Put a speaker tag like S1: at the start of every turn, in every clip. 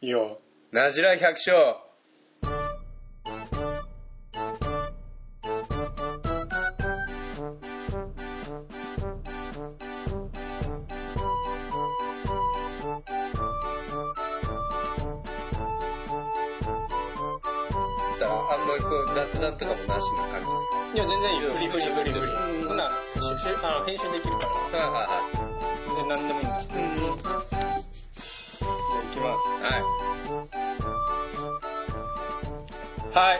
S1: いいよ
S2: なじら百姓だからあんまりこう雑談とかもなしの感じです
S1: いや全然いいよ
S2: いや
S1: ブリブリブリブリ
S2: うん
S1: そんなししあの編集できるから
S2: かはいはいはい
S1: 全然何でもいいんだじゃあいきま
S2: はい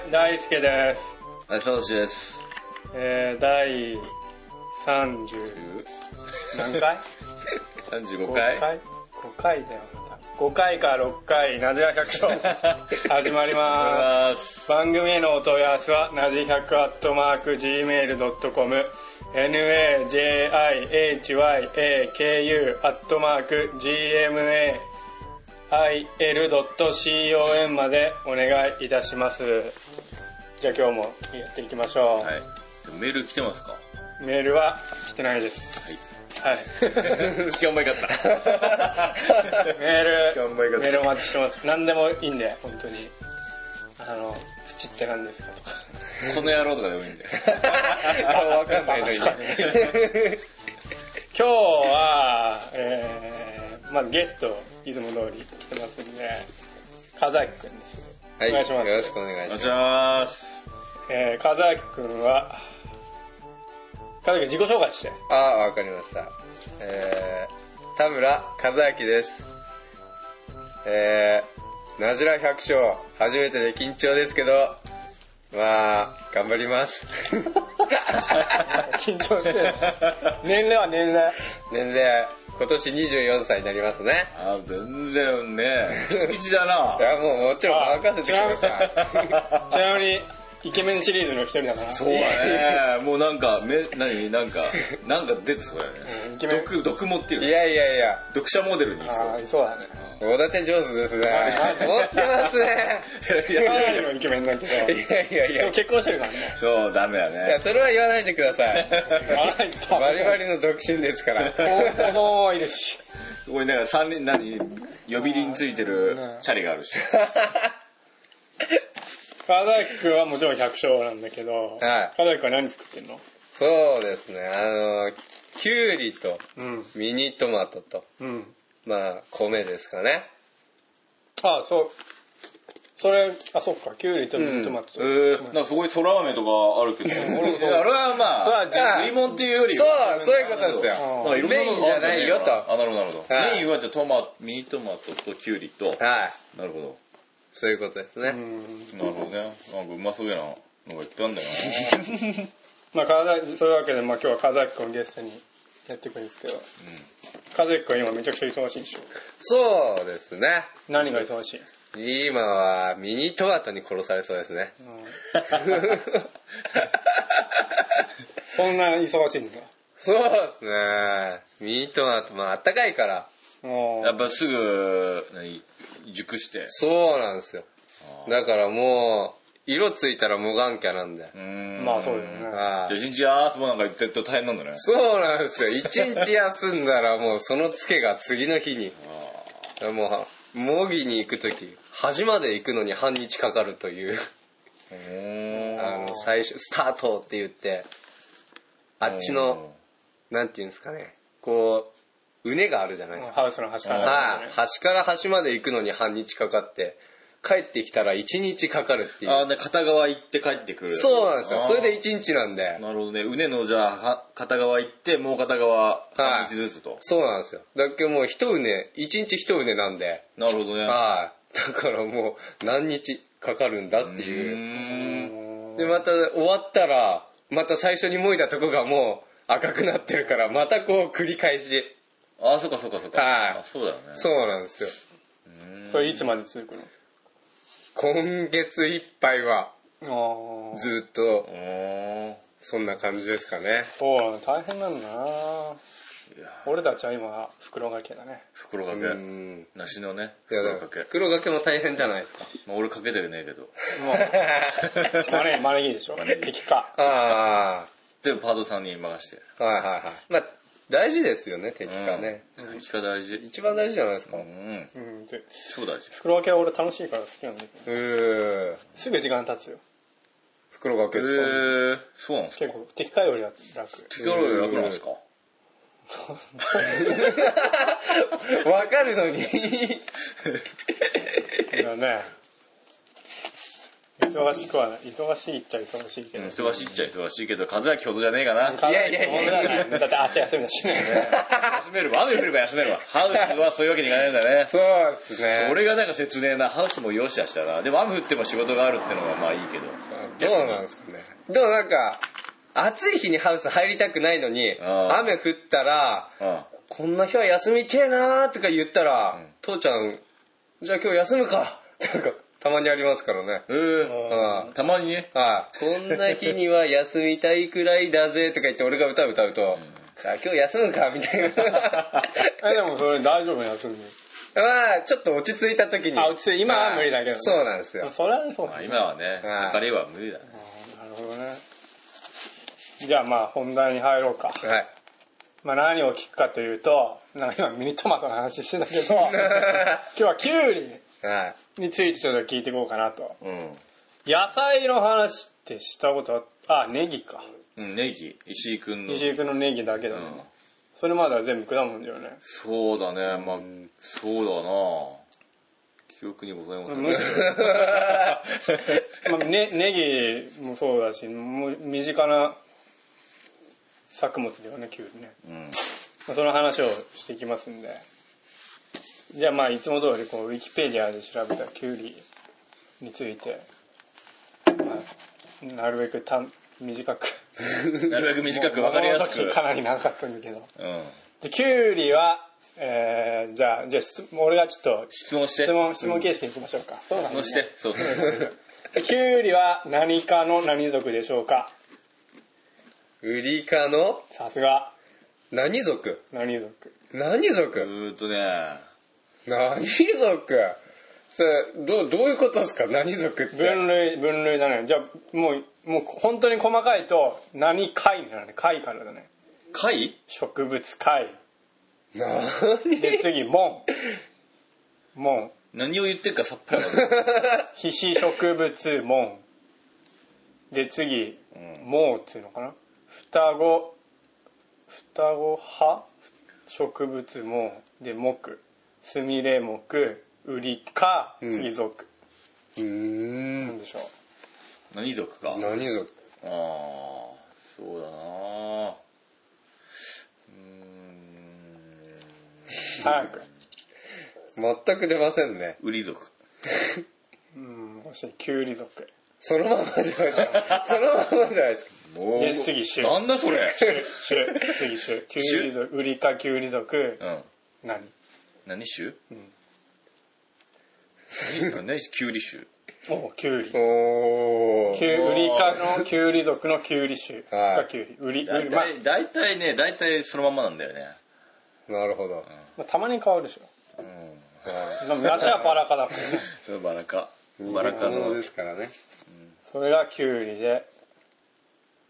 S1: すはい大輔です
S2: 浅田です。
S1: えー、第30何回
S2: 35
S1: ?5
S2: 回
S1: 回 ?5 回だよまた5回か6回なじら百姓始まり ます
S2: す。
S1: 番組へのお問い合わせはなじ100アットマーク Gmail.com najihyaku アットマーク gmail.com までお願いいたしますじゃあ今日もやっていきましょう、
S2: はい。メール来てますかは
S1: メールは来てないです はい
S2: い。今日もよかった。
S1: メー
S2: 頑張り
S1: ル
S2: 方
S1: メールお待ちしてます何でもいいんで本当にあの土って何ですかとか
S2: この野郎とかでもいいんだよ。
S1: あわかんないのに
S2: バカとか
S1: 今日は、えー、まずゲスト、いつも通り来てますんで、和明くんです。
S2: はい。
S1: お願いします
S2: よろしくお願いし
S3: お願
S2: ま
S3: いし。ま
S2: す
S3: す。
S1: えー、和明くんは、和明くん自己紹介 して。
S2: ああ、わかりました。えー、田村和明です。えー、なじら百姓、初めてで緊張ですけど、まあ、頑張ります。
S1: 緊張してる。年齢は年齢。
S2: 年齢、今年24歳になりますね。
S3: あ、全然
S2: 。
S3: ね、ピチピチだない
S2: や、もうもちろん任せてください。
S1: ちなみに、イケメンシリーズの一人だから。
S3: そうだね。もうなんか、め、なに、なんか、なんか出てそうだよ
S1: うんイ
S3: ね。
S1: ケメン
S3: 毒、毒もっていう
S2: い
S3: ね。
S2: やいやいや、
S3: 読者モデルにいそ
S1: あ
S3: う。
S1: ーそうだね。
S2: おだて上手ですね。持ってますね。
S3: い
S1: か
S3: やいや
S1: ないり
S3: や
S1: のイケメンだけど、
S2: いやいやい
S1: で
S2: や
S1: も。結婚してる からね。
S3: そう、ダメだ
S2: いや、
S3: ね。
S2: それは言わないでくださ い。
S1: あら、いた。
S2: バリバリの独身ですから。
S1: 子供もいるし。
S3: ここになんか三人、なに、呼び鈴についてるチャリがあるし。
S1: 和明くんはもちろん百姓なんだけど、
S2: は
S1: 和明くんは何作ってんの
S2: そうですね、あの、きゅうりと
S1: うん。
S2: ミニトマトと、
S1: うん。
S2: まあ、米ですかね。
S1: あそう。それ、あ、そっか、キュウリとミニトマトと。
S3: えー、なんかすごい空豆とかあるけ ど。いやあれはまあ、
S1: そうじゃあ
S3: 食い物っていうより
S2: そ
S3: は。
S2: う、そういうことですよ。
S1: う
S3: なんかいろんな
S2: メ
S3: も
S2: イン
S3: の
S2: じ
S3: がある
S2: ゃ
S3: んだ
S2: ないよと。は
S3: あ、なるほど、なるほど。
S2: はい
S3: メインはじゃあトマ、ミニトマトとキュウリと。
S2: い。
S3: なるほど。
S2: そういうことですね。
S3: なるほどね。なんかうまそうやな。のがいっぱいあんだよ
S1: まあ、川崎、そういうわけで、まあ今日は川崎くんをゲストにやっていくんですけど、川崎くん今めちゃくちゃ忙しいでしょ。
S2: そうですね。
S1: 何が忙しい
S2: 今はミニトマトに殺されそうですね。
S1: そんな忙しいんだ。
S2: そうですね。ミニトマト、まあ、あったかいから。
S1: も
S3: な。やっぱすぐ、何、熟して。
S2: そうなんですよ。だからもう、色ついたらもがんきゃなんで。
S3: うー
S1: う、
S3: ん。
S1: まあそうだよね。
S2: はい
S3: じゃあ一日あーすもなんか絶対大変なんだね。
S2: そうなんですよ。一日休んだらもうそのツケが次の日に。もう、模擬に行くとき、端まで行くのに半日かかるという、
S3: うーん。
S2: あの、最初、スタートって言って、あっちの、なんていうんですかね、こう、うねがあるじゃないですか。
S1: ハウスの端から、
S2: は
S1: ね
S2: い。。端から端まで行くのに半日かかって、帰ってきたら一日かかるっていう。
S3: あーで片側行って帰ってくる。
S2: そうなんですよ。
S3: あー
S2: それで一日なんで。
S3: なるほどね。うねのじゃあ、は片側行って、もう片側、半日ずつと。
S2: そうなんですよ。だけどもう一うね、一日一うねなんで。
S3: なるほどね。
S2: はい。だからもう何日かかるんだって
S3: う
S2: いう。
S3: ーん。
S2: で、また終わったら、また最初にもいだとこがもう赤くなってるから、またこう繰り返し。
S3: あー、そっかそっかそっか。
S2: はい
S3: あそうだよね。
S2: そうなんですよ。
S1: それいつまで続く
S2: 今月いっぱいは
S1: のああ。
S2: ずっと
S3: うーん。
S2: そんな感じですかね。
S1: そうだね、大変なんだな。俺たちは今、袋掛けだね。
S3: 袋掛
S2: う
S3: け。
S2: ん。
S3: 梨のね、
S2: いや
S3: 袋
S2: だ
S3: 掛
S2: から
S3: け。
S2: 黒掛けも大変じゃないですか。
S3: まあ俺かけてねえけど。
S1: もう、マネ、マネギでしょ。
S3: マネギ
S1: 敵か。
S2: あ
S3: 全部パートさんに任して。
S2: あ、はいはいはい。まあ、大事ですよね、敵化ね。
S3: うん。敵が大事。
S2: 一番大事じゃないですか。
S3: う。
S2: うん
S1: うん、で、
S3: 超大事。
S1: 黒分けは俺楽しいから好きなんだけど、
S2: ー。
S1: すぐ時間経つよ。
S2: 袋掛
S3: え
S2: けですか、
S3: ー、そうなんですか
S1: 結構、敵化よりは楽。
S3: 敵がより楽なんですか
S2: わかるの に。
S1: だね。忙しくはない。忙しいっちゃ忙しいけど。
S3: 忙しいっちゃ忙しいけど、風邪はほどじゃねえかな。
S1: かなり
S2: いやいやいやいや
S1: そうだねだって足休みだしね。
S3: 休めるわ。雨降れば休めるわ。 ハウスはそういうわけにいかないんだね。
S2: そうですね。
S3: 俺がなんか説明な、ハウスもよしあしだな。でも雨降っても仕事があるってのがまあいいけど。
S2: どうなんですかね。どうなんか、暑い日にハウス入りたくないのに、
S3: あー
S2: 雨降ったら、
S3: うん。
S2: こんな日は休みてえなーとか言ったら、父ちゃん、じゃあ今日休むか なんか、たまにありますからね。
S3: えー、
S2: うん
S3: たまにね。
S2: はい、こんな日には休みたいくらいだぜとか言って俺が歌歌うと、じゃあ今日休むかみたいな。
S1: え、でもそれ大丈夫休み。
S2: まあ、ちょっと落ち着いた時に。
S1: あ落ち着い今は
S2: あ
S1: 無理だけど
S2: そうなんですよ。
S1: それはそう
S3: ま
S1: な
S3: あ
S1: んだ
S3: 今はね、
S2: うん
S3: 盛りは無理だね。
S1: なるほどね。じゃあまあ本題に入ろうか。
S2: はい。
S1: まあ何を聞くかというと、なんか今ミニトマトの話してた けど、今日はキュウリ
S2: はい。
S1: についてちょっと聞いていこうかなと。
S3: うん。
S1: 野菜の話ってしたことあったあ、ネギか。
S3: うん、ネギ。石井くんの。
S1: 西井君のネギだけだね。
S3: うん
S1: それまでは全部果物だよね。
S3: そうだね、まあ、そうだな記憶にございません。
S1: むしまあ、ね、ネギもそうだし、もう身近な作物だよね、キュウリね。
S3: うん。
S1: まあ、その話をしていきますんで。じゃあまあ、いつも通りこう、ウィキペディアで調べたキュウリについて、まあ、なるべく短短く。
S3: なるべく短く分かりやす
S1: この
S3: く
S1: 時。かなり長かったんだけど。
S3: うん。
S1: で、キュウリは、えー、じゃあ、じゃあ質、俺がちょっと
S3: 質問して。
S1: 質問、質問形式に行きましょうか。そうなん
S3: 質
S1: ですね
S3: 問して。そうそう。
S1: キュウリは何科の何属でしょうか
S2: ウリ科の
S1: さすが、
S2: 何族
S1: 何属。
S2: 何
S3: う
S2: 族
S3: ーんとね、
S2: 何族それどう、どういうことですか何族って。
S1: 分類、分類だね。じゃあ、もう、もう本当に細かいと、何貝になるね。貝からだね。
S3: 貝
S1: 植物貝。
S2: 何
S1: で、次、 門。門。
S3: 何を言ってるかさっぱりわかんない。
S1: 皮脂植物門。で、次、毛っていうのかな。双子、双子葉植物門。で、木。スミレ木。ウリ科。次、属。
S2: うー
S1: なん
S2: ん。
S1: でしょう。
S3: 何族か。あ
S2: 何族
S3: あー、そうだなうーん、
S1: 早く。
S2: 全く出ませんね。
S3: ウリ族。
S1: うん、欲しい。キュウリ属。
S2: そのままじゃないですか。そのままじゃないですか。
S3: も
S1: で次種
S3: なんだそれ。
S1: 種。次種。キュウリ属。ウリ科キュウリ属。
S3: うん。
S1: 何
S3: 何種何何キュウリ種
S1: おキュウリ。
S2: お
S1: キ
S2: ー。
S1: ュウウリ科のキュウリ属のキュウリ種
S2: はい
S1: がキュウリ。ウリ、ウ
S3: 大
S1: リ、ま
S3: 体、大体ね、大体そのまんまなんだよね。
S2: なるほど。
S1: まあ、たまに変わるでしょ。
S3: うん。
S1: でも梨はバラ科だからね。
S3: それバラ科。バラ科
S2: そう
S3: の
S2: で。すからね。
S1: それがキュウリで、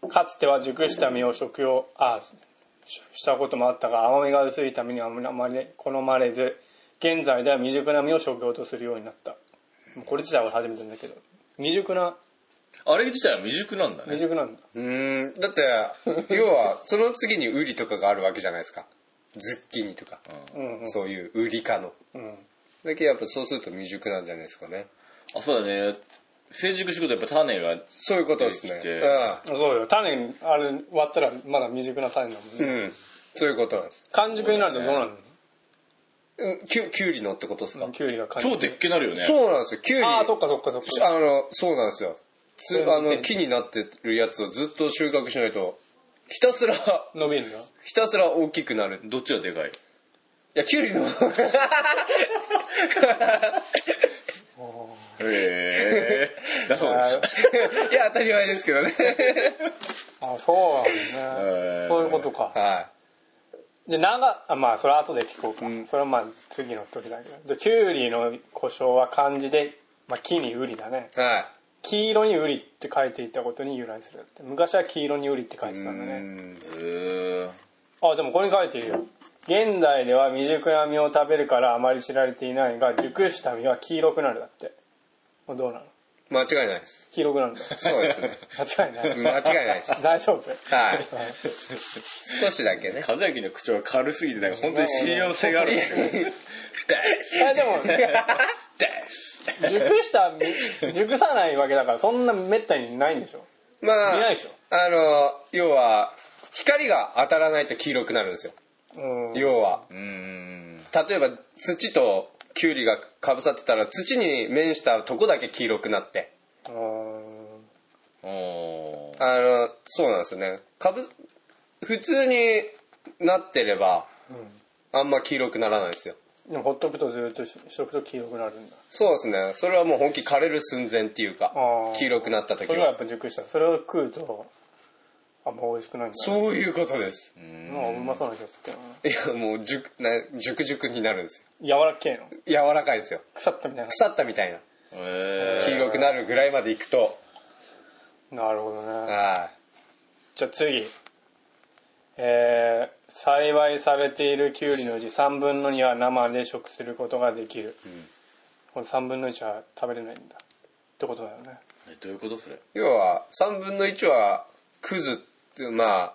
S1: かつては熟した実を食用、あ、ししたこともあったが、甘みが薄いためにあまり好まれず、現在では未熟な実を食用とするようになった。もうこれ自体は初めてなんだけど、未熟な、
S3: あれ自体は未熟なんだ
S1: 未
S3: ね。
S1: 熟なんだ。
S2: うーん、だって、要は、その次にウリとかがあるわけじゃないですか。ズッキーニとか、
S1: うんうん。
S2: そういうウリ科の。
S1: うん
S2: だけどやっぱそうすると未熟なんじゃないですかね。
S3: あ、そうだね。成熟してくるとやっぱ種が、
S2: そういうことですね。
S3: できて
S2: う
S1: そうよ。種、あれ割ったらまだ未熟な種だもんね。
S2: ん。うん。そういうことなんです。
S1: 完熟になるとどうなる
S2: うんきゅきゅうりのってことですか、
S1: のキュウリが完
S3: 超
S1: 熟。
S3: でっけなるよね。う。
S2: そうなんですよ。きゅうり、
S1: あ
S2: あ
S1: あ、そっかそっかそっか。
S2: の、そうなんですよ。つあの木になってるやつをずっと収穫しないと、ひたすら、
S1: 伸びるんだ。
S2: ひたすら大きくなる。い
S3: どっちがでかい
S2: や、きゅうりの、
S3: へえ。 だそうです。
S2: いや、当たり前ですけどね。
S1: あ、そうなんだ
S3: え
S1: ね。
S3: ー
S1: そういうことか。
S2: は
S1: で、長、あ、まあ、それは後で聞こうか。それはまあ、次の時だけど。で、キュウリの故障は漢字で、まあ、木にウリだね。
S2: い。は
S1: 黄色にウリって書いていたことに由来するって。昔は黄色にウリって書いて
S2: い。
S1: たんだ
S2: う
S1: ね。
S2: ん
S3: へえ。
S1: あ、でもここに書いてるよ。現代では未熟な実を食べるからあまり知られていないが、熟した実は黄色くなるだって。もうどうなの
S2: 間違いないです。
S1: 黄色くな るんだ。
S2: そうですね。
S1: 間違いない。
S2: 間違いないです。
S1: 大丈夫
S2: はい。少しだけね。
S3: 和之の口調が軽すぎて、なんか本当に信用性があるんですよ。
S1: えでも、熟した実、熟さないわけだから、そんなめったにないんでしょ
S2: まあ、
S1: 見ないでしょ
S2: あの、要は、光が当たらないと黄色くなるんですよ。
S1: うん。
S2: 要は、
S3: うーん。
S2: 例えば土とキュウリがかぶさってたら土に面したとこだけ黄色くなって
S1: うん
S3: おー
S2: あのそうなんですよねかぶ普通になってればあんま黄色くならないんですよ
S1: でもほっとくとずっとししとくと黄色くなるんだ
S2: そうですねそれはもう本気枯れる寸前っていうか
S1: あー
S2: 黄色くなった時
S1: それはや
S2: は
S1: っぱ熟したそれを食うとあんま美味しくないんだね
S2: そういうことです
S1: なんかうまそうな気がするけどない
S2: やもう熟な熟熟になるんです
S1: 柔らけえの
S2: よ柔らかいですよ
S1: 腐ったみたい
S2: 腐ったみたいな
S3: え
S2: 黄色くなるぐらいまでいくと
S1: ななるほどね
S2: はい
S1: じゃあ次えー、栽培されているきゅうりのうち3分の2は生で食することができる、この3分の1は食べれないんだってことだよね
S3: ーどういうことそれ
S2: 要は3分の1はクズってまあ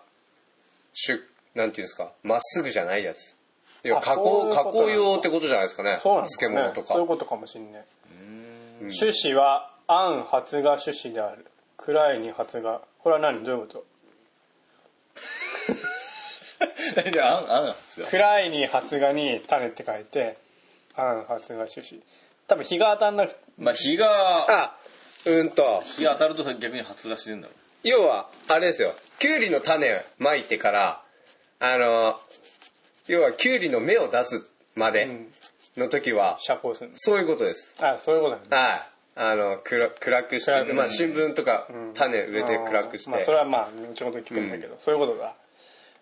S2: しゅなんていうんですかまっすぐじゃないやつ要は
S1: あ
S2: 加
S1: そうい
S2: 工
S1: う
S2: 加
S1: ことな
S2: 工
S1: んだ
S2: 用ってことじゃないですかね
S1: そうなんだ、ね、
S2: 漬物とか
S1: そういうことかもしんね 種子は暗発芽種子である暗いに発芽これは何どういうこと
S3: じゃあ、あん、あんなんですか
S1: 暗いに発芽に種って書いて暗発芽種子多分日が当たんなくて
S3: まあ、日が、
S2: あうんと
S3: 日が当たると逆に発芽してるんだろ
S2: 要はあれですよキュウリの種まいてからあの要はキュウリの芽を出すま
S1: う
S2: で
S1: ん
S2: の時は、
S1: 遮光するんです
S2: そういうことです
S1: あそういうことだね
S2: はいあの暗暗くして
S1: 暗く
S2: まあ、新聞とか種植えて暗くして、
S1: まあ、それはまあ後ほど聞くんだけど、そういうことだ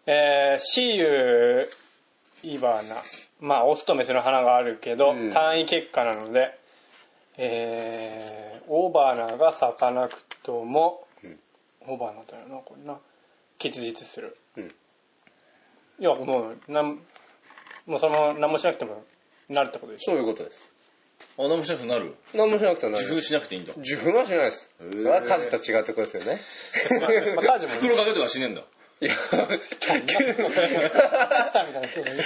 S1: えー、シーユイバナまあオスとメスの花があるけど、
S2: うん
S1: 単位結果なのでえー、オーバーナが咲かなくとも、オーバーナだよなこれな結実する、
S2: うん
S1: 要はもうなんもうその何もしなくてもなるってことでしょ
S2: そういうことです
S3: う。あ、何もしなくなる
S2: 何もしなくてもなる
S3: 受粉しなくていいんだ。
S2: 受粉はしないです。それは家事と違うところです よね。
S1: まあ、タジも
S3: 袋かけとかし ねえんだ。
S2: いや、卓
S1: タジタみたいな人がいる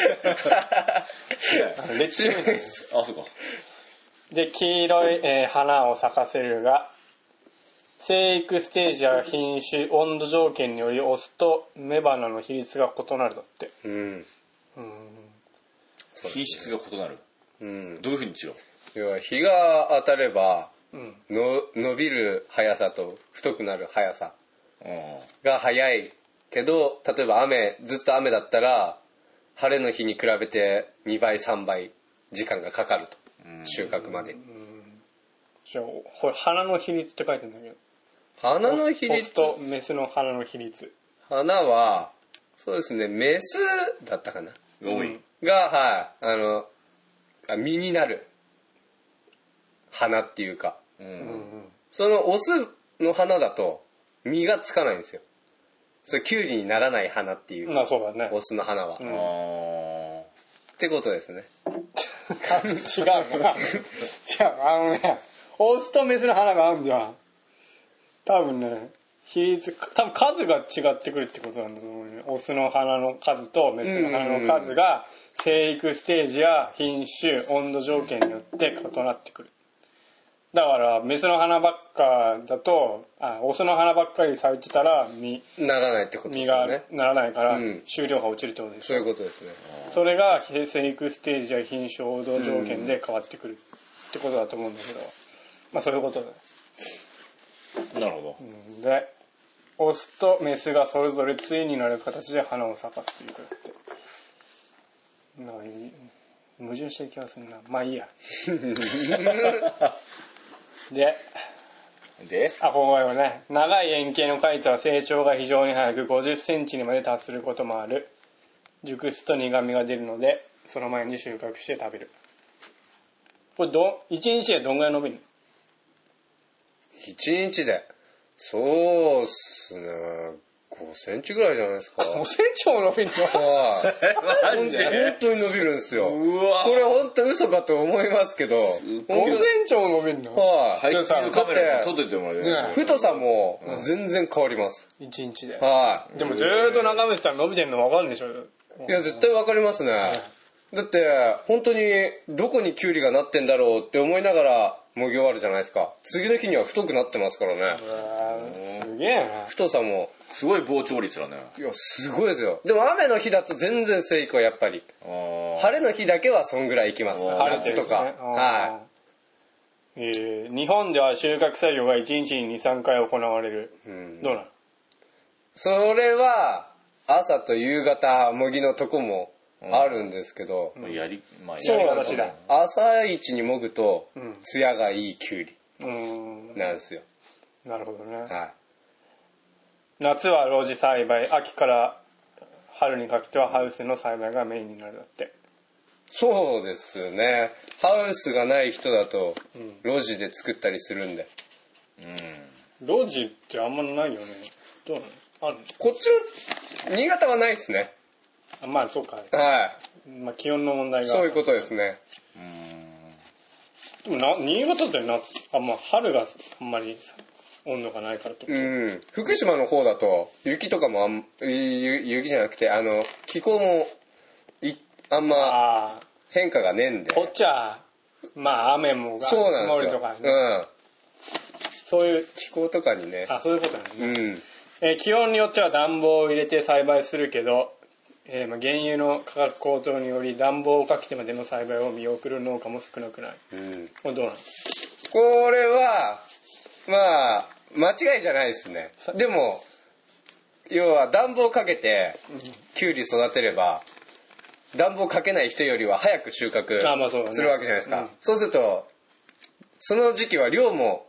S2: 球。レチです。
S3: あ、そうか。
S1: で黄色い、えー花を咲かせるが生育ステージや品種温度条件によりオスと雌花の比率が異なるだって
S2: うん。
S3: 品質が異なる。
S2: うん。
S3: どういうふうに違う
S2: 要は日が当たれば、
S1: うん
S2: の伸びる速さと太くなる速さ
S3: うん。
S2: が速いけど、例えば雨、ずっと雨だったら、晴れの日に比べて2倍、3倍時間がかかると。収穫まで。
S1: じゃあほ花の比率って書いてんだけど
S2: 花の比
S1: オス
S2: 率
S1: とメスの花の比率
S2: 花は、そうですね、メスだったかな。
S3: が多い。
S2: が、はい、あの、あ実になる花っていうか、
S3: うん。
S2: そのオスの花だと実がつかないんですよ。それキュウリにならない花っていう、
S1: まあそうだね
S2: オスの花は、
S3: あー。
S2: ってことですね。
S1: あ違うな違うあのねオスとメスの花があるじゃん多分ね比率多分数が違ってくるってことなんだと思うねオスの花の数とメスの花の数が生育ステージや品種温度条件によって異なってくるだからメスの花ばっかだとあオスの花ばっかり咲いてたら実
S2: ならないってことで
S1: 実
S2: すよ
S1: が
S2: ね。
S1: ならないから
S2: うん
S1: 収量が落ちるってことでし
S2: そう
S1: ょ
S2: いうことですね。
S1: それが生育ステージや品種王道条件で変わってくるってことだと思うんだけど、まあそういうことだよ
S3: なるほ
S1: うんでオスとメスがそれぞれ対になる形で花を咲かすというかってなんかいい矛盾してる気がするなまあいいやで
S3: ど。で、
S1: あここはね長い円形のカイツは成長が非常に早く5 0ンチにまで達することもある熟すと苦みが出るのでその前に収穫して食べるこれど1日でどんぐらい伸びるの
S2: 一日で、そうっすね、5 5センチぐらいじゃないですか。
S1: 5センチも伸びるの
S2: はい。
S3: マ
S2: 本
S3: ジで
S2: 当に伸びるんですよ。
S3: うわ
S2: これ本当嘘かと思いますけど。
S1: 5セ
S2: 本
S1: ンチも伸びるの
S2: 当は
S3: ハイ
S2: い。
S3: スピードカメラで撮っといてもらえない
S1: ね
S2: 太さも全然変わります。
S1: 一日で。
S2: はい。
S1: でもずーっと眺めてたら伸びてんの分かるでしょ。
S2: いや、絶対わかりますね。だって、本当に、どこにキュウリがなってんだろうって思いながら、もぎ終わるじゃないですか。次の日には太くなってますからね。
S1: すげえな。
S2: 太さも。
S3: すごい膨張率だね
S2: いや、すごいですよ。でも雨の日だと全然成功、やっぱり。
S3: あ
S2: 晴れの日だけはそんぐらいいきます。
S1: 晴れて
S2: 夏
S1: る。
S2: とか。はい
S1: えー日本では収穫作業が1日に2、3回行われる。
S2: い。うん
S1: どうなの
S2: それは、朝と夕方、もぎのとこもあるんですけど、
S3: あやりまあ
S2: そう
S3: やり
S2: なんですよ
S1: やり。
S2: 朝一にもぐと
S1: ん、
S2: ツヤがいいキュウリ
S1: うーん。
S2: なんですよ。
S1: なるほどね。
S2: はい。
S1: 夏は露地栽培、秋から春にかけてはハウスの栽培がメインになるだって。
S2: そうですね。ハウスがない人だと、路地で作ったりするんで。
S1: 露地ってあんまないよね。どうなのある
S2: こっちの、新潟はないですね。
S1: あまあそうか。
S2: は
S1: まあ気温の問題
S2: い。
S1: が。
S2: そういうことですね。
S1: でもな新潟ってなあんま春があんまり温度がないからとか、
S2: うん。福島の方だと、雪とかもあん、ゆゆ雪じゃなくて、あの、気候も、い、あんま
S1: ああ
S2: 変化がねえんで。
S1: こっちはまあ雨もが
S2: そうなんです
S1: 曇
S2: よ
S1: りとか、。ね
S2: うん。
S1: そういう
S2: 気候とかにね。
S1: あそういうことなんです
S2: う
S1: ね、
S2: ん。
S1: えー気温によっては暖房を入れて栽培するけど、えーまあ、原油の価格高騰により暖房をかけてまでの栽培を見送る農家も少なくない
S2: うん。
S1: これどうなんです
S2: これは、まあ、間違いじゃないですね。でも、要は暖房かけて、キュウリ育てれば、暖房かけない人よりは早く収穫
S1: あまあそうだね
S2: するわけじゃないです
S1: うん
S2: か。そうすると、その時期は量も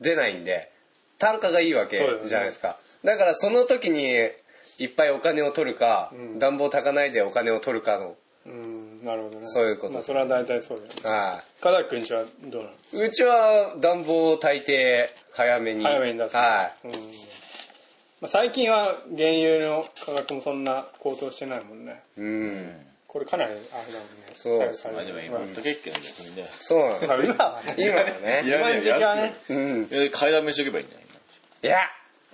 S2: 出ないんで、単価がいいわけ
S1: そうだよね
S2: じゃないですか。だからその時にいっぱいお金を取るか、暖房たかないでお金を取るかの、
S1: かうんなるほどね
S2: そういうこと
S1: まあ、それは大体そうだよね
S2: はい。
S1: 岡田君ちはどうなの
S2: うちは暖房を大抵早めに。
S1: 早めに出す、
S2: は
S1: うんまあ、最近は原油の価格もそんな高騰してないもんね
S2: い。うん。
S1: これかなりあれだもんね
S2: そうです
S1: ね
S3: あでも今言っとけっけん逆にね
S2: そう
S1: ま
S2: なの。
S1: あ今はね
S2: 今はね。
S1: 今の時期はね
S2: うん。
S3: えー買いだめしとけばいいんじゃない
S2: いや、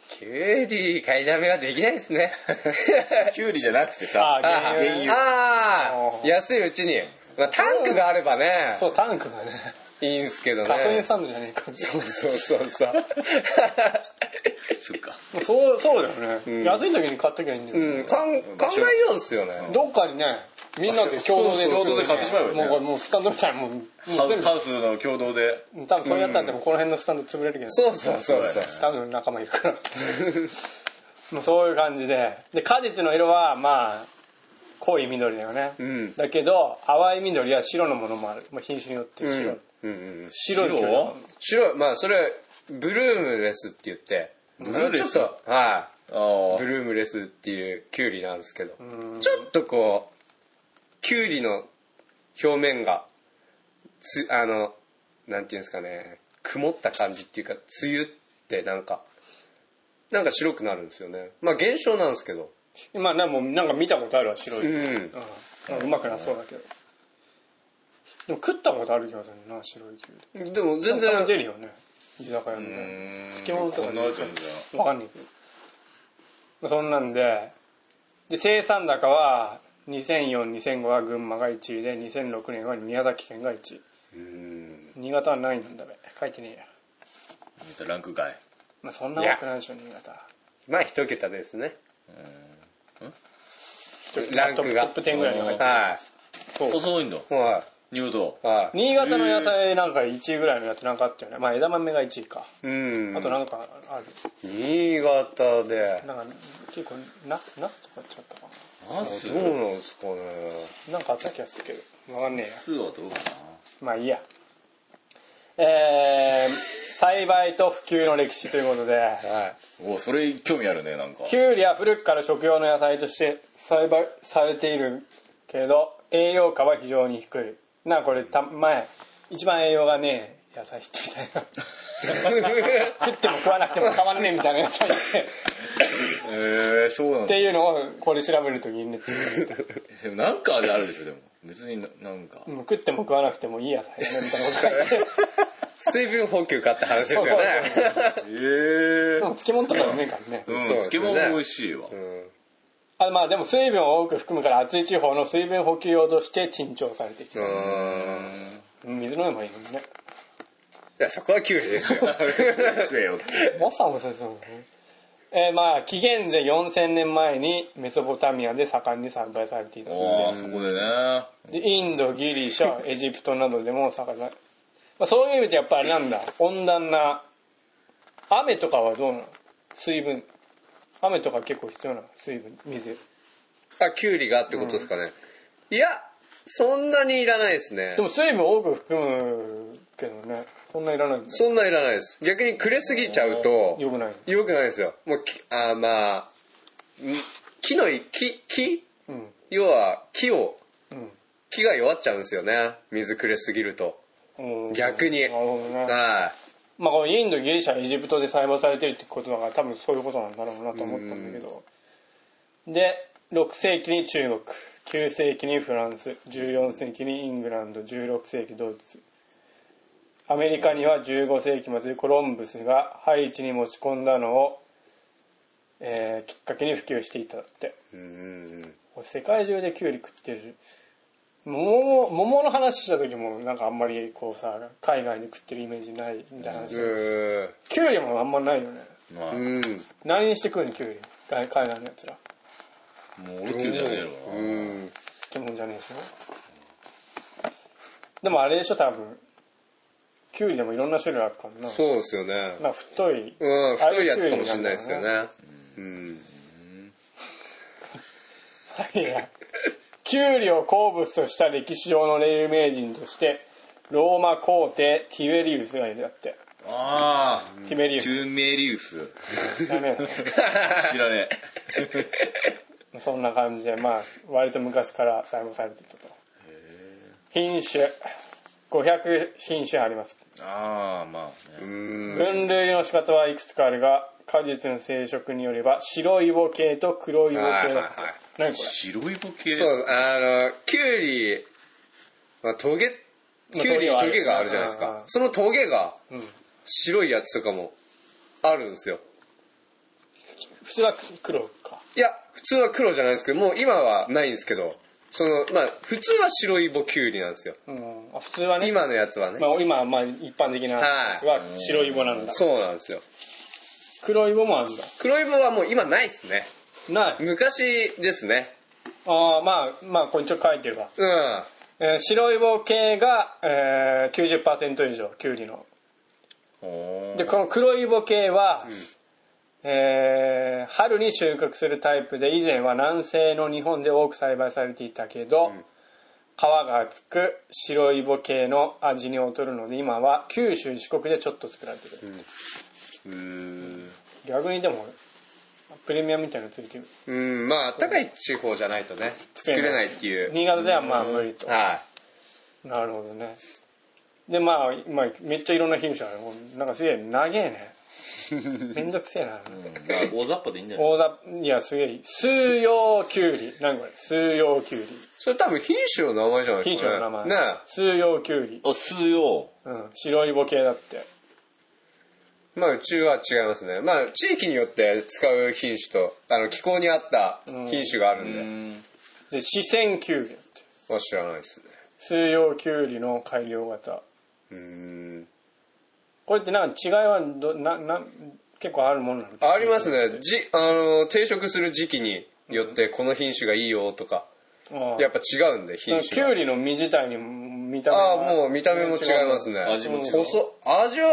S2: キュウリ買いだめはできないですね。
S3: キュウリじゃなくて
S1: あー
S3: さ
S1: 原油
S3: 原油
S2: あ
S1: あ
S2: あ、
S1: ー
S2: 安いうちに。まあ、タンクがあればね、
S1: そうタンクがね
S2: いいんすけどね。
S1: ガソリンスタンドじゃねえか
S2: そうそうそうそう。
S3: そっか
S1: もう そうそうだよね、安い時に買っときゃいいんだよ、
S2: うん、かん考えようんすよね。
S1: どっかにねみんなで共同で
S3: そうそう共同で買ってしまえばいいね
S1: もうもうスタンドみたいなもうもう
S3: ハウ
S1: 全
S3: スハウスの共同で
S1: 部多分それやったらでもこの辺のスタンド潰れるけど
S2: そうそうそうそう。
S1: 多分仲間いるからまあ そういう感じでで果実の色はまあ濃い緑だよね、
S2: うん
S1: だけど淡い緑や白のものもある、まあ、品種によって
S2: うん
S1: 白、
S2: うんうん。
S1: 白いけど
S3: 白
S2: 白い、まあそれ、ブルームレスって言って、ブ
S3: ルームレス
S2: ちょっと、はい。
S3: あ
S2: ブルームレスっていうキュウリなんですけどちょっとこうキュウリの表面がつあのなんていうんですかね曇った感じっていうか梅雨ってなんかなんか白くなるんですよねまあ現象なんですけど
S1: 今ねもうなんか見たことあるわ白い、
S2: う
S1: うん
S2: ん
S1: なんかうまくなそうだけどでも食ったことある気がするな白いキュウ
S2: でも全
S1: リ多分出
S2: 然
S1: るよね居酒屋のね
S3: 漬
S1: 漬物とか
S3: こん
S1: で
S3: なわけない
S1: わかんないけど、まあ、そんなんでで生産高は20042005は群馬が1位で2006年は宮崎県が1位
S2: うん
S1: 新潟は何位なんだべ書いてねえや、
S3: めっちゃランク外
S1: まあ、そんな多くないでしょ新潟
S2: まあ一桁ですね
S1: ちょっと
S2: ランクが
S1: トップトップ10ぐらいに入ってる
S2: は
S1: そう
S3: 細いんだ
S2: いは
S3: ニュード
S2: いはい
S1: 新潟の野菜なんか1位ぐらいのやつなんかあったよねまあ枝豆が1位か
S2: うん
S1: あとなんかある
S2: 新潟で
S1: なんか結構ナスナスとかやっちゃったか
S3: ナス
S2: どうなんですかね
S1: ななんかあった気がするけどわかんねえや
S3: ナスはどうか
S1: まあいいや。えー、栽培と普及の歴史ということで、
S2: はい
S3: なおそれ興味あるねなんか
S1: キュウリは古くから食用の野菜として栽培されているけど、栄養価は非常に低い。なあ、これた前、一番栄養がね、野菜ってみたいな食っても食わなくても変わんねえみたいな野菜って
S3: えー、そうなん
S1: っ
S3: だ。
S1: ていうのをこれ調べるときにね
S3: でもなんかあれあるでしょ、でも。別にななん か。
S1: もう食っても食わなくてもいい野菜だねみたいなこと書いて
S2: 水分補給かって話ですよね
S1: そうそう
S3: えー
S1: でも。漬物とかでもねえからね
S3: うん、
S2: そうですね
S3: 漬物も美味しいわ。
S2: うん
S1: あまあでも水分を多く含むから暑い地方の水分補給用として珍重されてきて
S2: うん
S1: 水飲めばいいのにね
S2: いやそこはキュウリですよ
S3: 食えよって。
S1: もっさもさそうねえーまあ紀元前4000年前にメソポタミアで盛んに栽培されていた
S3: ああ、そこでね。
S1: でインドギリシャエジプトなどでも盛んな、まあ、そういう意味でやっぱりなんだ温暖な雨とかはどうなの水分雨とか結構必要なの水分水
S2: あキュウリがってことですかね、いやそんなにいらないですね
S1: でも水分多く含むけどねそんないらないんだ
S2: そんないらないです逆にくれすぎちゃうと
S1: よくない
S2: よくないですよもうきあーまあん木のい木木
S1: うん
S2: 要は木を
S1: うん
S2: 木が弱っちゃうんですよね水くれすぎると
S1: うん
S2: 逆に
S1: なるほどね
S2: は
S1: まあ、このインドギリシャエジプトで栽培されてるってことだから多分そういうことなんだろうなと思ったんだけどで6世紀に中国9世紀にフランス14世紀にイングランド16世紀ドイツアメリカには15世紀末にコロンブスがハイチに持ち込んだのを、えーきっかけに普及していただって
S2: いうん
S1: 世界中でキュウリ食ってる桃桃の話した時もなんかあんまりこうさ海外で食ってるイメージないみたいな話、
S2: う
S1: キュウリもあんまないよね
S3: まあ、
S2: ん
S3: もう
S2: うん
S1: 何にして食うのキュウリ海海外のやつら
S3: 俺級じゃねえのかな。
S2: うん
S1: 漬物じゃねえでしょでもあれでしょ多分キュウリでもいろんな種類あるからな
S2: そうですよね
S1: なんか太い
S2: うん太いやつかもしれないですよねうん
S1: いやキュウリを好物とした歴史上の黎明人としてローマ皇帝ティベリウスがいるだって
S3: あ
S1: ティベリ
S3: あ、
S1: ウ
S3: ト
S1: ス
S3: ゥーメリウス。
S1: ダメだね
S3: 知らねえ。
S1: そんな感じで、まあ、割と昔から栽培されていたと。品種、500品種あります。
S3: ああ、まあね。
S1: 分類の仕方はいくつかあるが、果実の生殖によれば、白イボ系と黒イボ系だ
S2: は
S1: っ
S2: いはい
S1: て
S2: はい。
S1: 何こ
S3: 白いボケ。
S2: そうあのキュウリまあトゲ
S1: まあ
S2: キュウリにト
S1: ト
S2: ゲ
S1: ゲ
S2: が
S1: は
S2: あ
S1: あ
S2: る
S1: る
S2: じゃないです
S1: うんうん
S2: か
S1: うん
S2: そのトゲが
S1: れ、うん、
S2: 白いやつとかもあるんですよ
S1: 普通は黒か。
S2: いや普通は黒じゃないんですけどもう今はないんですけどそのまあ普通は白いボキュウリなんですよ
S1: うん、あ普通はね、
S2: 今のやつはね
S1: まあ、今、まあ、一般的なやつは白イボなんだ。
S2: そうなんですよ
S1: 黒イボもあるんだ。
S2: 黒いボはもう今ないですね
S1: ない。
S2: 昔ですね
S1: ああ、まあ、まあ、これちょっと書いてるわ。
S2: うん
S1: えー白イボ系が、えー、90%以上、キュウリの。
S3: おー
S1: でこの黒イボ系は、えー春に収穫するタイプで以前は南西の日本で多く栽培されていたけど、皮が厚く白イボ系の味に劣るので今は九州四国でちょっと作られてる、
S3: うー
S1: 逆にでもプレミアムみたいなのついてる
S2: うんまああったかい地方じゃないとね作れないっていう
S1: 新潟ではまあ無理と、
S2: は
S1: なるほどねでまあ、まあ、めっちゃいろんな品種あるもうなんかすげえ長えねめんどくせえな、
S3: うんまあ、大雑把でいいんじゃない
S1: 大雑いやすげえ数葉きゅうり何これ数葉きゅうり
S2: いそれ多分品種の名前じゃないで
S1: 品
S2: すか
S1: 種
S2: ね
S1: の名前、
S2: ね
S1: 数葉きゅうり、
S3: あ、吸うよ。
S1: うん、白いボ系だって
S2: えまあうちは違いますねまあ地域によって使う品種とあの気候に合った品種があるんで、
S3: うん。
S1: で四川きゅうりだって
S2: まあ知らないですね
S1: 数葉きゅうりの改良型
S2: うん
S1: これってなんか違いはどなな結構あるもんなの
S2: ありますねじあの定食する時期によってこの品種がいいよとか
S1: ああ
S2: やっぱ違うんで品
S1: きゅ
S2: 種
S1: う
S2: が
S1: りの実自体に見た目
S2: ああ
S1: が
S2: もう見た目も違いますね
S3: 味も違う。
S2: 細味は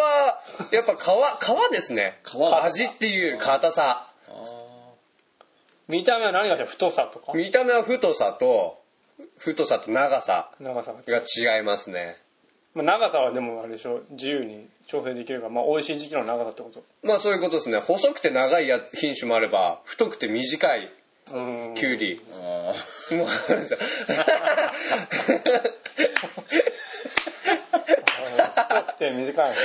S2: やっぱ皮皮ですね
S3: 皮が
S2: 味っていうより硬さ
S3: あー
S1: 見た目は何が違う太さとか
S2: 見た目は太さと太さと長さ
S1: 長さが違う
S2: が違いますね
S1: まあ、長さはでもあれでしょ自由に調整できるから、まあ、美味しい時期の長さってこと
S2: まあそういうことですね細くて長いや品種もあれば太くて短い
S1: うん
S2: キュウリ
S3: あ
S2: もあるんですよ
S1: 太くて短いの。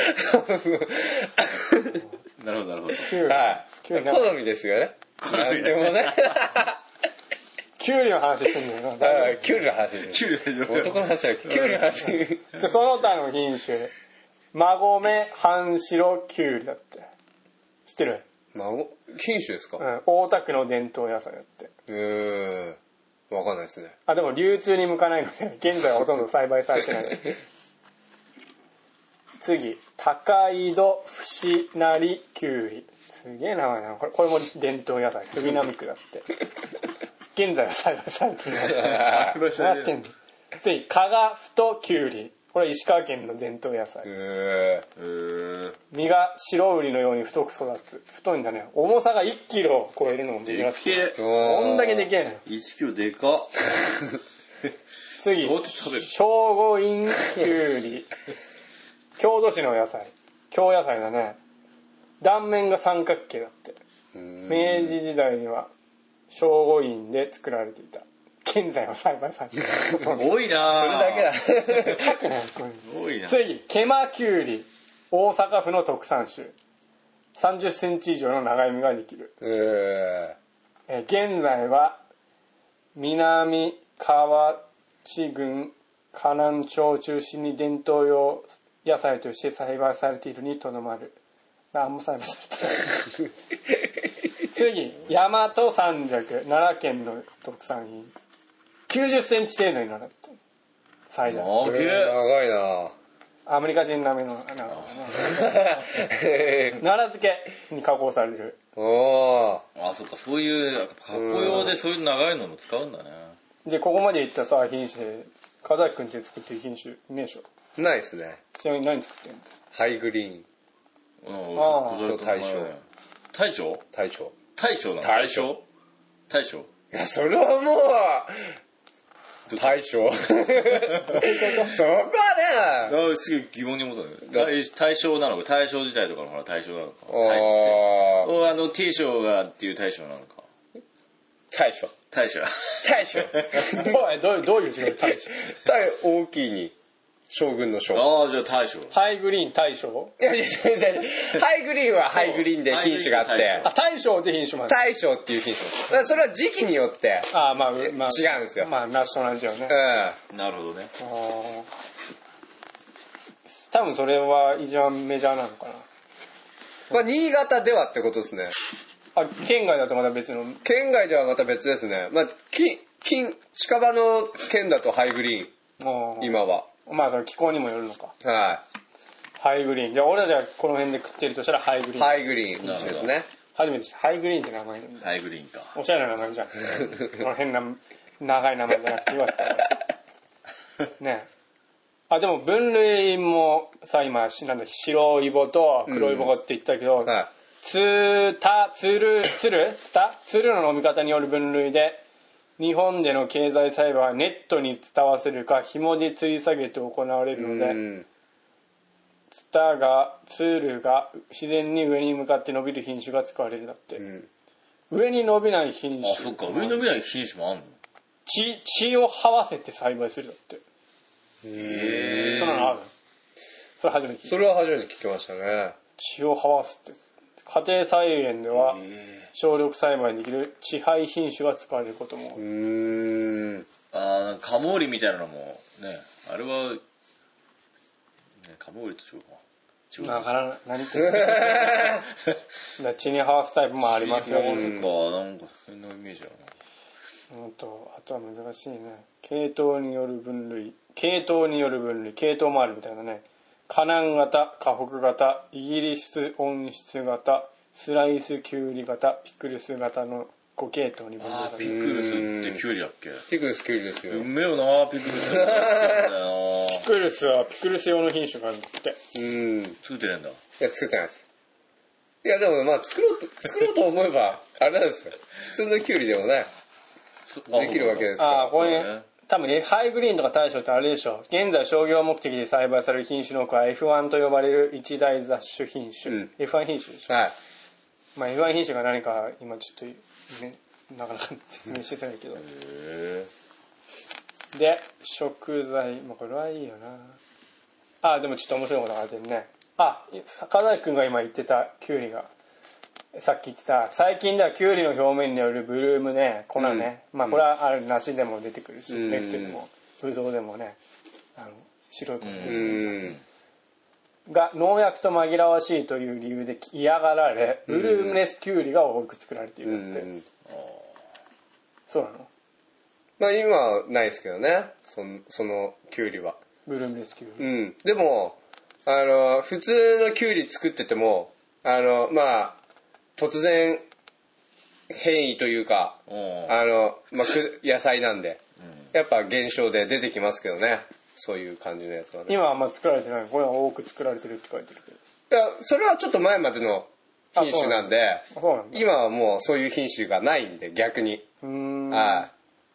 S3: なるほど、なるほど。
S1: キュウリ。
S2: はい
S1: キュウリ
S2: 好みですよね
S3: み
S2: なんでもね
S1: キュウリの話してんだよな。
S2: はいキュウリの話です
S3: キュウリは
S2: 男の話じゃなくてキュウリの話
S1: で、その他の品種、マゴメ、ハンシロ、キュウリだって。知ってる
S2: 孫品種ですか
S1: う。
S2: うん
S1: 大田区の伝統野菜だって。
S2: ーんわかんないですね
S1: あ、でも流通に向かないので、現在はほとんど栽培されてない。次、高井戸ふしなりきゅうり。すげえ名前だな。これこれも伝統野菜、杉並区だって。現在は栽培されてない。なってんの。次、加賀太きゅうり。これ石川県の伝統野菜。
S2: え
S3: えー、
S1: 実が白ウリのように太く育つ。太いんだね。重さが1キロを超えるのも
S3: で
S1: 実が少ない。
S3: け
S1: こんだけでけえのよ。
S3: え。1キロでかっ。
S1: 次、
S3: どうやって食べる
S1: 聖護院きゅう り郷土史の野菜京野菜だね断面が三角形だって明治時代には聖護院で作られていた現在は栽培されている
S3: 多いな
S2: それだけだ
S3: 多いな
S1: 次ケマきゅうり大阪府の特産種3 0ンチ以上の長い実ができる、
S2: え
S1: えー現在は南河内郡河南町を中心に伝統用野菜として栽培されているにとどまる何も栽培されてない次大和三尺奈良県の特産品9 0ンチ程度になるって最大
S3: 大
S2: ー
S3: きい
S2: 長いな
S1: アメリカ人並みの長 さ
S2: へ
S1: 奈良漬けに加工される
S2: ーお
S3: あ、そっか、そういう、やっぱ加工用でそういう長いのも使うんだね。
S1: でここまでいったさ品種で風崎くんちで作ってる品種名称
S2: ーないですね
S1: ちなみに何作ってんの
S2: ハイグリーン
S3: うん、
S1: あー
S3: これと
S2: 大将
S3: 大将
S2: 隊長
S3: 大将なの
S2: 大将
S3: 大将
S2: いやそれはもう大将そこはね
S3: あすげえ疑問に思ったね大大将なのか大正時代とかのほら大将なのか
S2: おー
S3: おあの T 賞がっていう大将なのか
S2: 大将
S3: 大将
S2: 大将
S1: どうどういう違い大将
S2: 対大きいに将軍の将い
S3: ああじゃあ大将
S1: ハイグリーン大将
S2: やいや違う違うハイグリーンはハイグリーンで品種があっ
S3: ハイグリーン
S2: て
S1: あ大将って品種もある
S2: 大将っていう品種だからそれは時期によって
S1: あまあ、まあ、
S2: 違うんですよ
S1: まあナショナルよね
S2: う
S3: なるほどね
S1: あー多分それは一番メジャーなのかなん
S2: まあ新潟ではってことですね
S1: あ県外だとまた別の
S2: 県外ではまた別ですねまあ近近近場の県だとハイグリーン
S1: あー
S2: 今は
S1: まあその気候にもよるのか
S2: は
S1: ハイグリーンじゃあ俺たちがこの辺で食ってるとしたらハイグリー
S2: い
S1: ン、
S2: ハイグリーンですね
S1: 初めて知ったハイグリーンって名前
S3: ハイグリーンか
S1: おしゃれな名前じゃんこの変な長い名前じゃなくてよかったねえあでも分類もさ今しなんだっけ白イボと黒イボって言ったけど、
S2: は
S1: つたつるつるつたつるの飲み方による分類で日本での経済栽培はネットに伝わせるか紐で吊り下げて行われる
S2: い
S1: の
S2: う
S1: で
S2: ん
S1: つたがつるが自然に上に向かって伸びる品種が使われるんだって、
S2: ん
S1: 上に伸びない品種
S3: あそっか上の未来品種もあんの
S1: 血血を這わせて栽培するだって
S3: へ
S1: そんなのあるそれ初めて聞いた
S2: それは初めて聞きましたね
S1: 血を這わすって家庭菜園では少量栽培できる地配品種が使われることも
S2: うーん
S3: あーなんかカモーリみたいなのもねあれは、ね、カモーリと違うか違う
S1: だから何て言うのだから血に這わすタイプもありますよ
S3: そっかなんか変なイメージあるな
S1: うんとあとは難しいね系統による分類系統による分類系統もあるみたいなね河南型河北型イギリス温室型スライスきゅうり型ピクルス型の5系統に分類
S3: あ
S1: さ
S3: ー
S1: れ
S3: ピ
S1: る
S3: クルスってキュウリだっけ
S2: ピクルスキュウリですよ
S3: うめえよなピクルス 作っ
S1: ピク
S3: てんだよな
S1: ルスはピクルス用の品種があるんだって
S2: うん
S3: 作ってねえんだ
S2: いや、作ってないです。いや、でもまあ、作ろうと、作ろうと思えば、 あれなんですよ。普通のキュウリでもね、できるわけですす
S1: ああ
S2: か
S1: これ、
S3: そうね
S1: 多分ねハイグリーンとか大将ってあれでしょ現在商業目的で栽培される品種の多くは F1 と呼ばれる一大雑種品種、
S2: うん
S1: F1 品種でしょ、
S2: ら。はい。
S1: まあ、F1 品種が何か今ちょっと、ね、なかなか説明してたんだけどで食材まあこれはいいよなあ、でもちょっと面白いことが出てるね。あ、坂崎くんが今言ってたキュウリが、さっき言ってた、最近ではキュウリの表面によるブルームね、粉ね、まあこれはある梨でも出てくるし、
S2: うん
S1: レクチュでも、ブドウでもね、あの、白い粉、
S2: うーん。
S1: が農薬と紛らわしいという理由で嫌がられ、ブルームレスキュウリが多く作られているんだって、
S2: うん
S1: そうなの
S2: まあ今はないですけどね、その、そのキュウリは。
S1: ブルームレスキュウリ。
S2: うん。でも、あの、普通のキュウリ作ってても、あの、まあ、突然、変異というか、
S3: うん
S2: あの、まあ、く野菜なんで、やっぱ減少で出てきますけどね。そういう感じのやつはね。
S1: 今はあんま作られてない。これは多く作られてるって書いてるけど。
S2: いや、それはちょっと前までの品種なんで、
S1: あそうなんだ。
S2: 今はもうそういう品種がないんで、逆に。
S1: うーん。
S2: は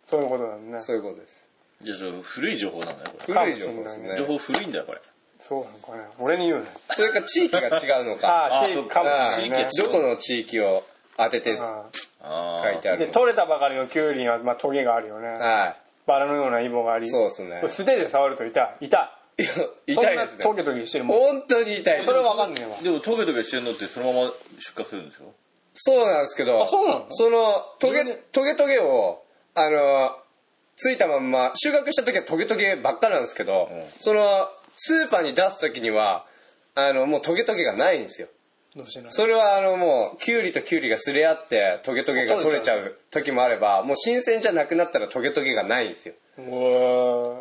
S1: そういうことだね
S2: い。。そういうことです。
S3: じゃあちょっと古い情報なんだよこ
S1: か
S2: 古
S1: も
S2: い
S1: し
S2: 情
S1: れ
S2: 報で
S1: な
S2: す
S1: いね
S2: ね
S3: れ。情。報古いんだよこれ
S1: そうなのかね。俺に言うね。
S2: それか地域が違うの か。
S1: ああ、
S3: あ
S1: 地
S3: そ
S1: 域
S3: っ
S1: か
S3: か
S1: もし
S3: 地
S1: れ
S3: 域
S1: な
S3: は
S1: ね。
S3: い違
S2: どこの地域を当てて
S1: あ
S3: あ
S2: 書いてあ
S1: あで、
S2: るの
S1: 取れたばかりのキュウリには、まあ、トゲがあるよね。
S2: は
S1: バラのようなイボがあり。
S2: い。そうですね
S1: これ。素手で触ると痛い。痛
S2: いや
S1: い。
S2: 痛いです
S1: そん
S2: ね
S1: な。トゲトゲしてるもん。
S2: 本当に痛い。
S1: それはわかんねえわ。
S3: でもトゲトゲしてるのってそのまま出荷するんでしょ
S2: そうなんですけど、
S1: あそうなの
S2: その、トゲ、トゲトゲを、あの、ついたまんま、収穫した時はトゲトゲばっかなんですけど、
S3: うん
S2: その、スーパーに出す時には、あの、もうトゲトゲがないんですよ。
S1: どうしてない
S2: それはあのもう、キュウリとキュウリがすれ合って、トゲトゲが取れちゃう時もあれば、もう新鮮じゃなくなったらトゲトゲがないんですよ。
S1: うわ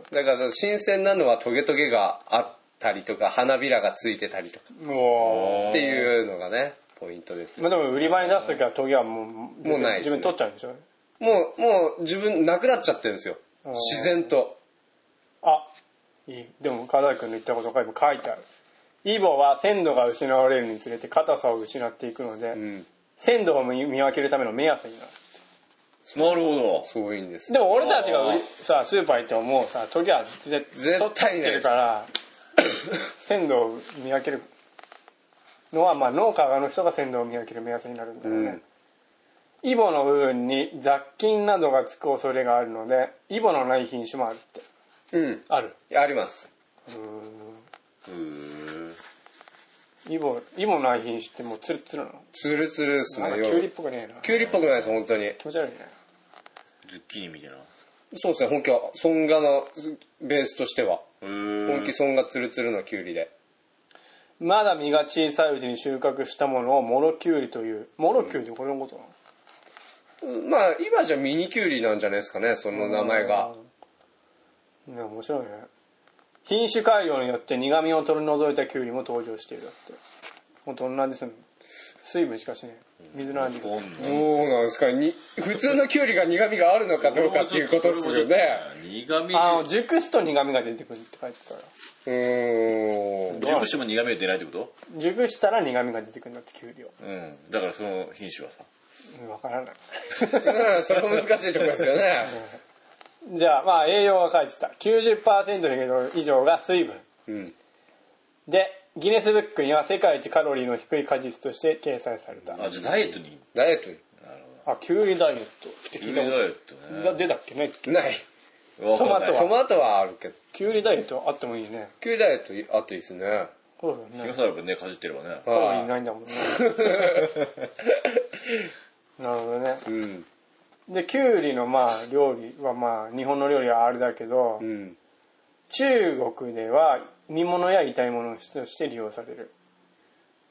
S1: ー
S2: だから新鮮なのはトゲトゲがあったりとか、花びらがついてたりとか、
S1: うわー
S2: っていうのがね、ポイントです。
S1: まあでも売り場に出すときはトゲはもう、も
S2: もうない
S1: 自
S2: ですね
S1: 分取っちゃうんでしょ
S2: もう、もう自分なくなっちゃってるんですよ。自然と。
S1: あ、いい。でも、課題君の言ったことが今書いてある。イボは鮮度が失われるにつれて硬さを失っていくので、
S2: うん。
S1: 鮮度を見分けるための目安になる。
S3: なるほど
S2: そういうんです。
S1: でも俺たちが売り
S3: あー
S1: さ、スーパー行ってももうさ、時は絶
S2: 絶対
S1: 取っ
S2: ない
S1: てるから、鮮度を見分けるのは、まあ農家側の人が鮮度を見分ける目安になるんだよね。イボの部分に雑菌などがつく恐れがあるので、イボのない品種もあるって。
S2: うん。
S1: ある。
S2: あります。
S1: うー
S3: へー
S1: んイボ、イボない品種ってもうツルツルなの。
S2: ツルツルっす
S1: なん
S2: ね、
S1: か
S2: よ
S1: キュウリっぽくねえな。
S2: キュウリっぽくないです、本当に。
S1: 気持ち悪いね。
S3: ズッキーニみたいな
S2: そうですね、本気は。ソンガのベースとしては。本
S3: 本
S2: 気ソンガツルツルのキュウリで。
S1: まだ実が小さいうちに収穫したものをモロキュウリという。モロキュウリってこれのことなの
S2: まあ、今じゃミニキュウリなんじゃないですかね、その名前が。
S1: ね面白いね品種改良によって苦味を取り除いたキュウリも登場しているだって本当同じですね水分しかしね水の味が
S2: どうなんですかに普通のキュウリが苦味があるのかどうかっていうことですよね。
S3: 苦味
S1: あの熟すと苦味が出てくるって書いてたから
S2: う ーん。
S3: 熟しても苦味が出ないってこと
S1: 熟したら苦味が出てくるんだってキュウリを
S3: うんだからその品種はさ
S1: うんわからない
S2: うんそこ難しいとこですよね。
S1: じゃあまあ栄養が書いてた90%以上が水分
S2: うん。
S1: でギネスブックには世界一カロリーの低い果実として掲載された
S3: あじゃあダイエットに
S2: ダイエット
S1: あキュウリダイエットって
S3: キュ
S1: 聞
S3: ウ
S1: い
S3: リダ
S1: た
S3: イ
S1: こ
S3: エット
S1: と
S3: ね
S1: だ出たっけないっけ
S2: に。ない。
S3: わかんな
S1: トマ
S3: い
S1: ト
S2: トマトはあるけど。
S1: キュウリダイエットあってもいいね
S2: キュウリダイエットいあといいで すね。
S1: そうだよ
S3: 日
S1: ね。
S3: 傘あればねかじってればね
S1: カロリー
S2: は
S1: ないんだもんね。なるほどね。
S2: い。うん。
S1: で、キュウリのまあ料理はまあ日本の料理はあれだけど、
S2: うん。
S1: 中国では煮物や炒め物として利用される。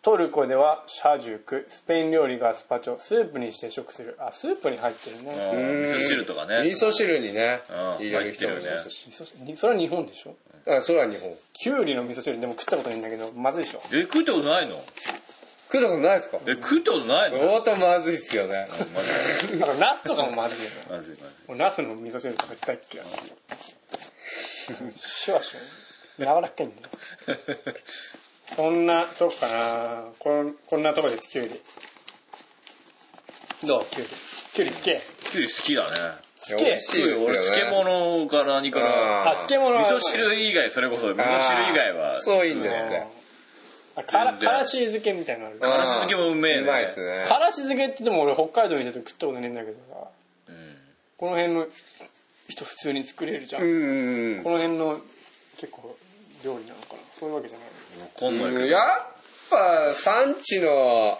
S1: トルコではシャジュク、スペイン料理がスパチョ、スープにして食する。あ、スープに入ってる
S3: あ
S1: ね。
S3: ー味噌汁とかね
S2: 味噌汁にね
S3: あ、ー
S2: 入れる人もい
S3: 入ってる
S2: ま
S3: よ
S2: す
S3: ね
S2: し。
S1: 味噌汁にそれは日本でしょ
S2: あ、それは日本。
S1: キュウリの味噌汁でも食ったことないんだけど、まずいでしょ
S3: え食ったことないの
S2: 食ったことないですか
S3: え食ったことないの
S2: 相当まずいっすよね。
S3: マジ
S1: だからナスとかもま ずいよね。
S3: でマジでマジで
S1: 俺ナスの味噌汁とかしたっけシュワシュワ柔らかいんだよそんなとこかなこんこんなとこですキュウリどうキュウリキュウリつけ
S3: キュウリ好きだね
S1: つ
S2: いや美
S1: け
S2: 味しいですよね
S3: 俺漬物から何から
S1: あ漬物は
S3: 味噌汁以外それこそ味
S2: あー
S3: 噌汁以外は
S2: そういいんですね。
S1: あから
S3: 全然
S1: からし漬けみたいなのある
S3: からし漬けもうめえね
S2: うまいですね。
S1: からし漬けってでも俺北海道にいた時食ったことねえんだけどさ
S3: うん
S1: この辺の人普通に作れるじゃん、
S2: うんうんうん。
S1: この辺の結構料理なのかなそういうわけじゃない
S3: わかんないけど。
S2: やっぱ産地の、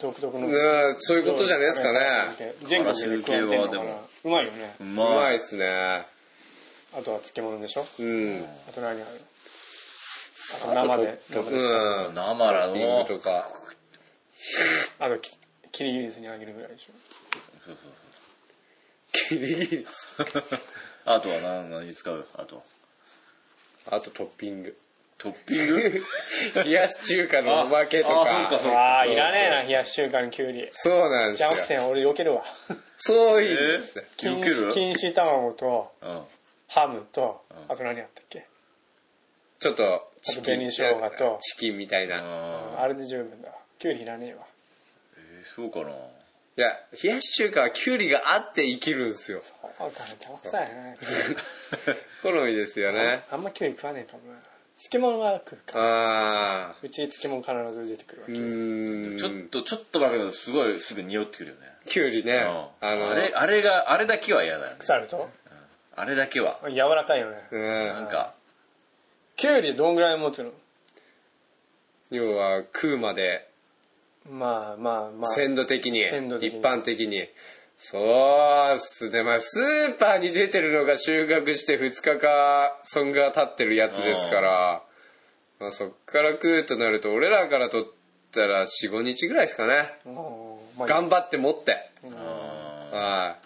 S1: 独特の、
S2: うんそういうことじゃないですかね
S1: 全国で食われてるのか
S3: あ
S1: な
S3: らし漬
S1: うまいよね
S3: う
S2: うま
S3: ま
S2: い
S3: い
S2: っ。すね
S1: あとは漬物でしょ
S2: うん
S1: あと何あるあと生で
S2: う
S1: 生で
S2: ん
S3: 生ら
S2: リン
S3: の。
S2: グとか
S1: あときキリギリスにあげるぐらいでしょ
S3: そうそう
S2: キリギリス
S3: そう。 あとは何、何使うあと。
S2: あとトッピング
S3: トッピン グ
S2: 冷やし中華のおまけと
S3: ああそっかそっか
S2: か
S1: ああいらねえな冷やし中華にきゅうり
S2: そうなんです
S1: じゃ
S2: よ
S1: なくて俺避ける わ
S2: そういうんですね
S3: え
S1: 錦
S3: 避ける
S1: 錦糸卵と
S3: うん。
S1: ハムと
S3: うん
S1: あと何あったっけ
S2: ちょっとチキ
S1: あと紅
S2: ン
S1: 生姜と
S2: チキンみたいな
S3: あー
S1: あれで十分だわきゅうりいらねえわ
S3: えー、そうかな。
S2: いや冷やし中華はキュウリがあって生きるんですよ
S1: あお金邪魔くさい な
S2: 好みですよね
S1: あんまきゅうり食わねえかもな漬物は食うか
S2: ああ
S1: うち漬物必ず出てくるわ
S2: う
S1: け
S2: ーん
S3: ちょっと、ちょっとだけど、すごい、すぐ匂ってくるよね。
S2: キュウリね
S3: うん
S2: あの
S3: あれ、あれが、あれだけは嫌だよね。
S1: 腐ると
S3: あれだけは。
S1: 柔らかいよね
S2: うん
S3: なんか、
S1: きゅうりどんぐらい持つの
S2: 要は食うまで
S1: まあまあまあ
S2: 鮮度的に
S1: 鮮度的に
S2: 一般的にそうっすねまあスーパーに出てるのが収穫して2日かそんが経ってるやつですからまあそっから食うとなると俺らから取ったら45日ぐらいですかね
S1: おーまあ
S2: 頑張って持って
S3: あ
S2: は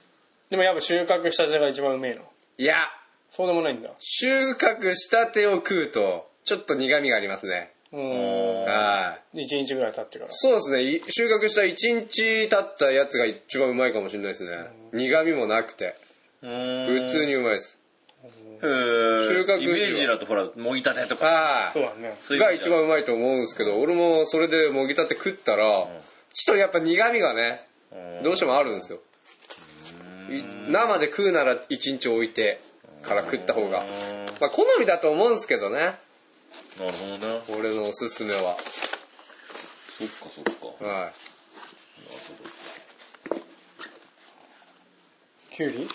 S1: でもやっぱ収穫したてが一番うめえの
S2: いいや
S1: そうでもないんだ
S2: 収穫したてを食うとちょっと苦味がありますね
S1: う
S3: ー
S1: ん
S2: はい
S1: 一日ぐらい経ってから
S2: そうですねい収穫した1日経ったやつが一番うまいかもしれないですね苦味もなくて
S3: うーん
S2: 普通にうまいです
S3: へー
S2: 収穫時は
S3: イメージだとほらもぎたてとか
S2: は
S1: そうだね
S3: そう
S2: い
S3: いう
S2: が
S3: 意味
S2: 一
S3: じゃん
S2: 番うまいと思うんですけど俺もそれでもぎたて食ったらちょっとやっぱ苦味がね
S3: うん
S2: どうしてもあるんですよい生で食うなら1日置いてから食った方がまあ好みだと思うんですけどね
S3: なるほどね
S2: 俺のおすすめは
S3: そっかそっか
S2: は
S1: きゅうり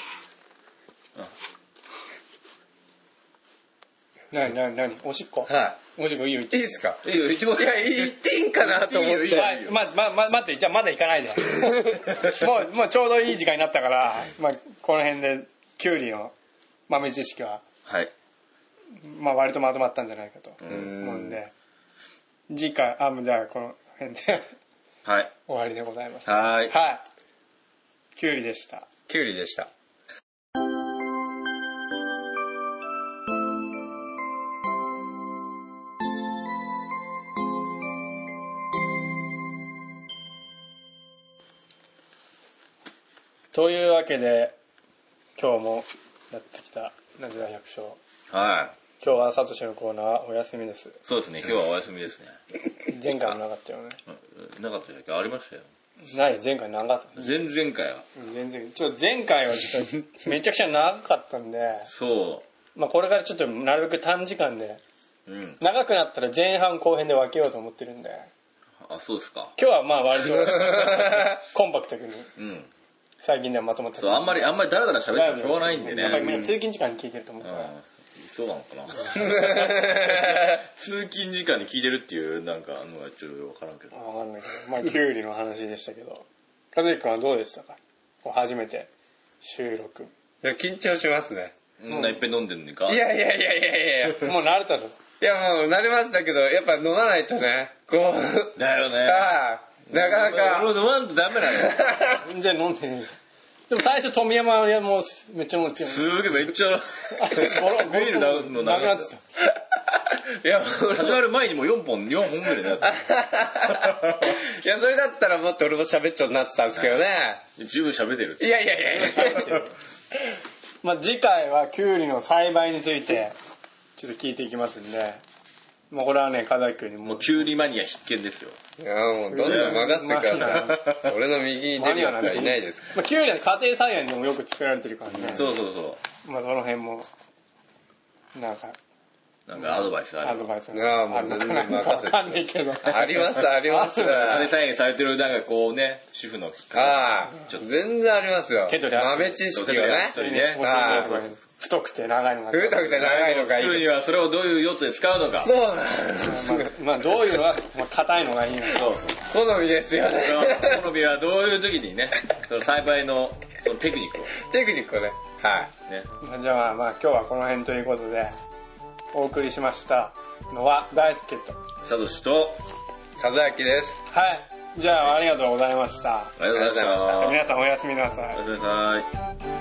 S3: あ
S1: なになになにおしっこ
S2: いは
S1: おしっこいいよ
S2: いいいですか
S3: いいよ一番
S2: いや言っていいんかなと思って
S3: いいよいいよ
S1: はいままま待ってじゃあまだ行か ないでもうもうちょうどいい時間になったから、まあ、この辺できゅうりの豆知識は、
S3: はい
S1: まあ、割とまとまったんじゃないかと
S2: ん
S1: 思うんで次回あもうじゃあこの辺で
S3: はい
S1: 終わりでございます
S3: はーい
S1: はいきゅうりでした
S2: きゅうりでした
S1: というわけで今日もやってきた「なぜだ百姓
S3: はい」
S1: 今日はサトシのコーナーはお休みです
S3: そうですね今日はお休みですね
S1: 前回もなかったよね
S3: うんなかったじゃんけありましたよ
S1: ない前回長かった
S3: 前々回は
S1: うん全然ちょっと前回はちょっ とめちゃくちゃ長かったんで
S3: そ
S1: まあこれからちょっとなるべく短時間で
S3: ううん
S1: 長くなったら前半後編で分けようと思ってるんで
S3: あそうですか
S1: 今日はまあ割 とコンパクトに
S3: うん
S1: 最近ではまとまって
S3: そうあんまりあんまりだらだら喋ってもしょうがないんでね
S1: やっぱりみん
S3: う
S1: な通勤時間に聞いてると思うから
S3: んそうなのか な通勤時間に聞いてるっていうなんかのがちょっと分からんけど
S1: わかんないけどまあキュウリの話でしたけど和樹君はどうでしたかこう初めて収録
S2: いや緊張しますね
S3: みんないっぺん飲んでるのにか
S2: いやいやいやいやいやい
S1: もう慣れたぞ
S2: やもう慣れましたけどやっぱ飲まないとねこう
S3: だよね
S2: ああなかな
S3: 俺
S2: か
S3: も飲まんとダメなのよ
S1: 全然飲んでないじゃんでも最初富山はもうめっちゃもう強い
S3: すげえめっちゃ ビールな
S1: な
S3: のな
S1: く
S3: く
S1: な
S3: な
S1: っ
S3: っ
S1: ち
S3: ち
S1: ゃ
S3: ゃ
S1: っ
S2: いや
S3: 始まる前にもう4本4本ぐらいな
S2: いやそれだったらもっと俺も喋っちゃうなってたんですけどね
S3: 十分喋ってる
S2: いやいやいやいや
S1: た、まあ、次回はきゅうりの栽培についてちょっと聞いていきますんで、まあ、これはね風く君に
S3: も
S1: も
S3: うキュウリマニア必見ですよ
S2: いやもうどんどん任せてください俺の右に出るやつはいないです
S1: まあ、きゅうりは家庭菜園でもよく作られてるからね
S3: そうそうそ
S1: まあ、その辺もなんか
S3: うなんかアドバイスあ
S1: ア
S3: る
S1: ドバイス
S2: いやも
S1: あ
S2: う
S1: るの
S2: 全
S1: か
S2: 然
S1: ないのかわかんないけど
S2: ありますあります
S3: 家庭菜園されてるなんかこうね主婦の
S2: ああ全然ありますよ
S1: 手取り足取り
S2: 豆知識をね
S3: 手取り足取りね
S1: はい太くて長いのが。
S2: 太くて長いのがい
S3: 作る
S2: い。
S3: にはそれをどういう用途で使うのか。
S2: そうなん
S1: まあ、どういうのは、まあ、硬いのがいいのか。
S3: そうそう。
S2: 好みですよね。
S3: それは好みはどういう時にね、その栽培のそのテクニックを
S2: テクニックをね。はい。
S3: ね。
S1: まあじゃあ、まあ、今日はこの辺ということで、お送りしましたのは、大輔と。
S3: サトシと、
S2: 和明です。
S1: はい。じゃあ、ありがとうございました。
S3: ありがとうございまし
S2: あ
S3: た。
S1: 皆さんおやすみなさい
S3: おや。すみなさい。
S1: はい